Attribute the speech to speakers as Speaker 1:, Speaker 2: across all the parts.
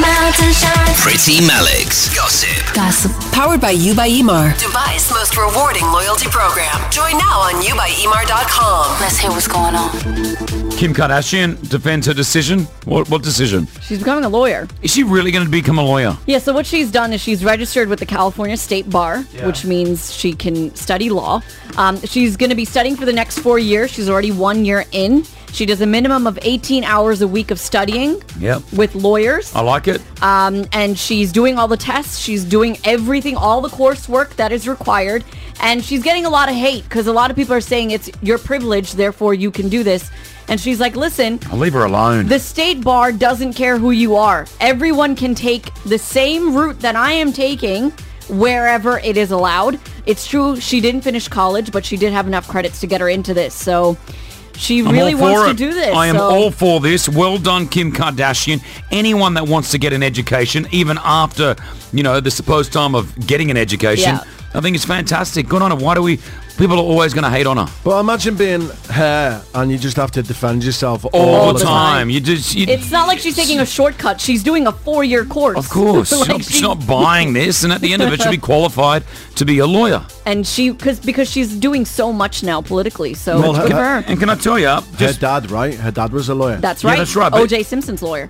Speaker 1: mountainshine.
Speaker 2: Pretty Malik's Gossip.
Speaker 3: Gossip. Powered by you by E Emar.
Speaker 4: Dubai's most rewarding loyalty program. Join now on E youbyemar.com.
Speaker 5: Let's hear what's going on.
Speaker 6: Kim Kardashian defends her decision. What, what decision?
Speaker 7: She's becoming a lawyer.
Speaker 6: Is she really going to become a lawyer?
Speaker 7: Yeah, so what she's done is she's registered with the California State Bar, which means she can study law. Um, she's going to be studying for the next four years. She's already one year in. She does a minimum of 18 hours a week of studying
Speaker 6: Yep.
Speaker 7: with lawyers.
Speaker 6: I like it.
Speaker 7: Um, and she's doing all the tests. She's doing everything, all the coursework that is required. And she's getting a lot of hate because a lot of people are saying it's your privilege, therefore you can do this. And she's like, listen,
Speaker 6: I'll leave her alone.
Speaker 7: the state bar doesn't care who you are. Everyone can take the same route that I am taking wherever it is allowed. It's true she didn't finish college, but she did have enough credits to get her into this. So she
Speaker 6: I'm
Speaker 7: really
Speaker 6: all
Speaker 7: wants
Speaker 6: for
Speaker 7: to
Speaker 6: it.
Speaker 7: do this.
Speaker 6: I am
Speaker 7: so-
Speaker 6: all for this. Well done, Kim Kardashian. Anyone that wants to get an education, even after, you know, the supposed time of getting an education,
Speaker 7: Yeah.
Speaker 6: I think it's fantastic. Good on her. Why do we... People are always going to hate on her
Speaker 8: But imagine being her and you just have to defend yourself all,
Speaker 6: all,
Speaker 8: the
Speaker 6: the time. You just... You,
Speaker 7: It's not like she's taking a shortcut. She's doing a four-year course.
Speaker 6: Of course.
Speaker 7: Like
Speaker 6: she's, not, she's
Speaker 7: she-
Speaker 6: not buying this. And at the end of it, she'll be qualified to be a lawyer.
Speaker 7: and she because because she's doing so much now politically. So
Speaker 8: Well,
Speaker 7: it's good
Speaker 8: her-
Speaker 7: for her.
Speaker 6: And can I tell you,
Speaker 8: Her
Speaker 6: just
Speaker 8: dad, right? Her dad was a lawyer.
Speaker 7: That's
Speaker 6: Yeah,
Speaker 7: right.
Speaker 6: that's right, but-
Speaker 7: O.J. Simpson's lawyer.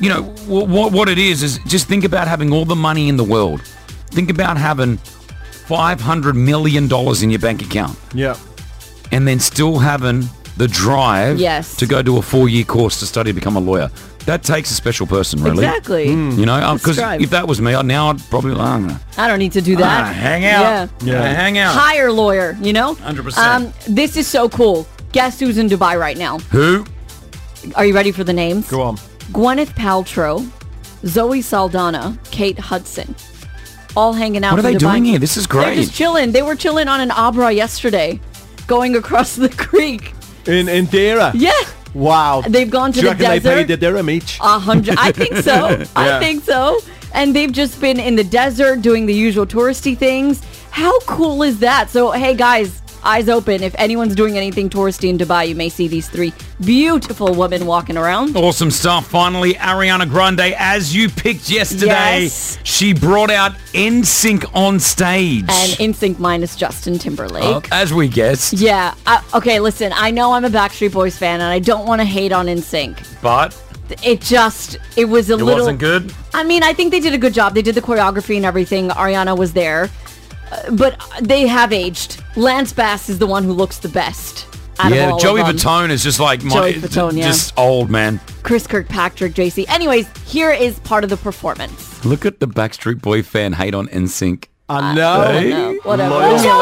Speaker 6: you know what what it is is just think about having all the money in the world. Think about having 500 million dollars in your bank account
Speaker 8: yeah.
Speaker 6: and then still having the drive
Speaker 7: Yes.
Speaker 6: to go do a four-year course to study to become a lawyer. That takes a special person, really. Hmm. Mm.
Speaker 7: Exactly.
Speaker 6: You know, because
Speaker 7: drive.
Speaker 6: if that was me, I, now I'd probably oh, I'm gonna
Speaker 7: I don't need to do that.
Speaker 6: ah, hang out,
Speaker 7: Uh, Yeah.
Speaker 8: Yeah.
Speaker 6: Ah, hang out.
Speaker 7: hire lawyer, you know? Um,
Speaker 6: 100%.
Speaker 7: this is so cool. Guess who's in Dubai right now?
Speaker 6: Who?
Speaker 7: Are you ready for the names?
Speaker 8: Go on.
Speaker 7: Gwyneth Paltrow, Zoe Saldana, Kate Hudson. All hanging out
Speaker 6: What are
Speaker 7: in
Speaker 6: they
Speaker 7: Dubai.
Speaker 6: doing here? This is
Speaker 7: They're
Speaker 6: great.
Speaker 7: just chilling. They were chilling on an Abra yesterday, going across the creek.
Speaker 8: In Indira.
Speaker 7: Yeah.
Speaker 8: Wow.
Speaker 7: They've gone to
Speaker 8: Do you
Speaker 7: the
Speaker 8: reckon they
Speaker 7: desert. Uh,
Speaker 8: paid the dirham each?
Speaker 7: A hundred. I think so. I think so. And they've just been in the desert doing the usual touristy things. How cool is that? So, hey guys, eyes open. If anyone's doing anything touristy in Dubai, you may see these three beautiful women walking around.
Speaker 6: Awesome stuff. Finally, Ariana Grande, as you picked yesterday,
Speaker 7: Yes.
Speaker 6: she brought out NSYNC on stage.
Speaker 7: And InSync minus Justin Timberlake.
Speaker 6: Uh, as we guessed,
Speaker 7: Yeah. I, okay, listen, I know I'm a Backstreet Boys fan and I don't want to hate on InSync.
Speaker 6: but
Speaker 7: It just, it was a
Speaker 6: it
Speaker 7: little...
Speaker 6: wasn't good.
Speaker 7: I mean, I think they did a good job. They did the choreography and everything. Ariana was there, Uh, but they have aged. Lance Bass is the one who looks the best. Out of
Speaker 6: Yeah,
Speaker 7: all
Speaker 6: Joey
Speaker 7: of them.
Speaker 6: Fatone is just like my,
Speaker 7: Joey Fatone, yeah.
Speaker 6: just old man.
Speaker 7: Chris Kirkpatrick, JC. Anyways, here is part of the performance.
Speaker 6: Look at the Backstreet Boy fan hate on NSYNC.
Speaker 8: I know.
Speaker 6: Hey.
Speaker 7: uh, No, whatever.
Speaker 8: Loyal.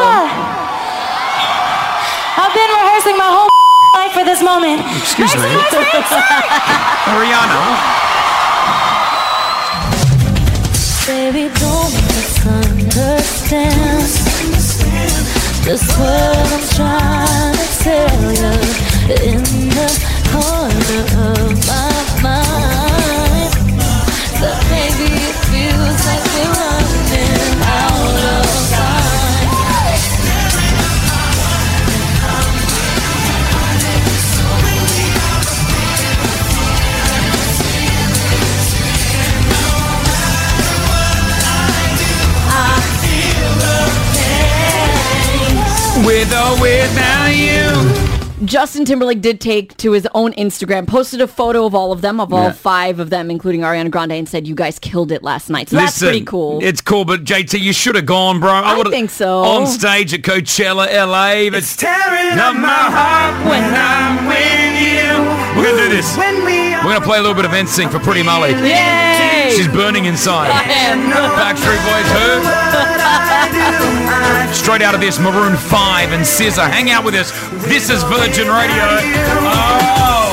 Speaker 5: I've been rehearsing my whole life for this moment.
Speaker 6: Excuse me, Ariana.
Speaker 5: Baby, don't misunderstand. Just what I'm trying to tell you in the corner of my mind. But maybe it feels like we're running out of time.
Speaker 6: With or without you.
Speaker 7: Justin Timberlake did take to his own Instagram, posted a photo of all of them, of all
Speaker 6: Yeah.
Speaker 7: five of them, including Ariana Grande, and said, "You guys killed it last night." So that's
Speaker 6: Listen,
Speaker 7: pretty cool.
Speaker 6: It's cool, but JT, you should have gone, bro. I, would've-
Speaker 7: think so.
Speaker 6: On stage at Coachella, LA. But it's tearing up my heart when I'm with you. We're gonna do this. We're gonna play a little bit of NSYNC for Pretty Molly.
Speaker 7: Yay!
Speaker 6: She's burning inside. Backstreet Boys who? Straight out of this, Maroon 5 and Scissor. Hang out with us. This is Virgin Radio. Oh.